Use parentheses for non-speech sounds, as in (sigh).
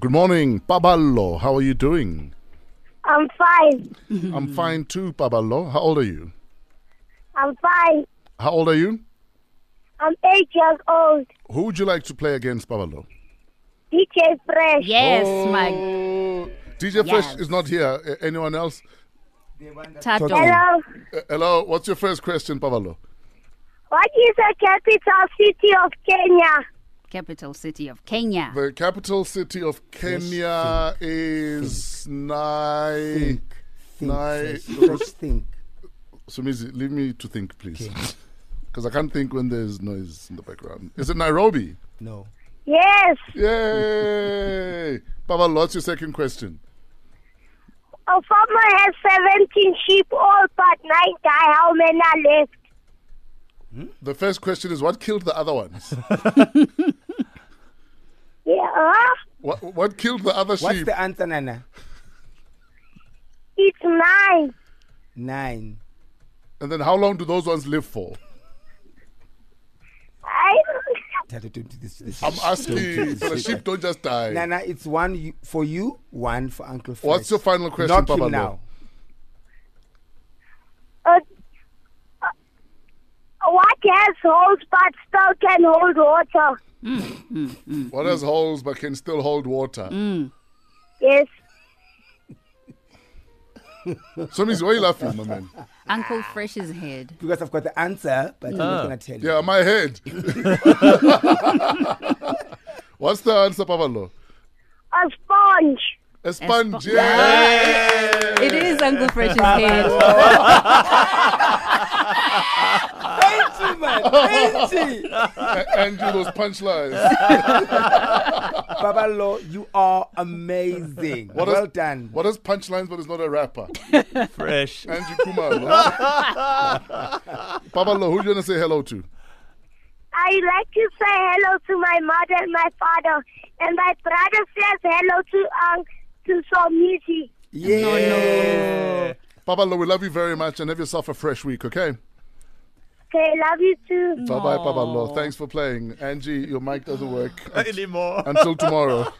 Good morning, Paballo. How are you doing? I'm fine. I'm fine too, Paballo. How old are you? I'm fine. How old are you? I'm eight years old. Who would you like to play against, Paballo? DJ Fresh. Yes, my Oh, DJ Fresh Yes. is not here. A- Anyone else? Tato. Hello. Uh, hello, what's your first question, Paballo? What is the capital city of Kenya? Capital city of Kenya. The capital city of Kenya is Nai. Think Nai- first. Just think. Sumizi, leave me to think, please. (laughs) Because I can't think when there's noise in the background. Is it Nairobi? No. Yes. Yay! Paballo, what's your second question? A farmer has 17 sheep, all but nine die. How many are left? The first question is what killed the other (laughs) ones? Yeah. huh? what, what killed the other What's sheep? the answer, Nana? It's nine. Nine. And then how long do those ones live for? I, Tato, (laughs) don't do this to the I'm sheep. asking, so the sheep don't just die. Nana, it's one you- for you, one for Uncle Fred. What's your final question, Knock Paballo? him now. uh, uh, what has holes but still can hold water? What has holes but can still hold water? Mm. Yes. So, Miss, why are you laughing, my (laughs) man? Uncle Fresh's head. Because I've got the answer, but I'm not going to tell you. Yeah, my (laughs) head. What's the answer, Paballo? A sponge. A sponge. spo- yeah. It is (laughs) Uncle Fresh's head. Ain't you, man? Ain't you? (laughs) And do those (laughs) punchlines. Babalo, you are amazing. What well is- done. What is punchlines but is not a rapper? Fresh. Andrew (laughs) Kumalo. Paballo, who do you want to say hello to? I'd like to say hello to my mother and my father. And my brother says hello to um to Somizi. Yeah. Paballo, we love you very much and have yourself a fresh week, okay? Okay, love you too. Bye bye, Paballo. Thanks for playing. Angie, your mic doesn't work Anymore. until tomorrow.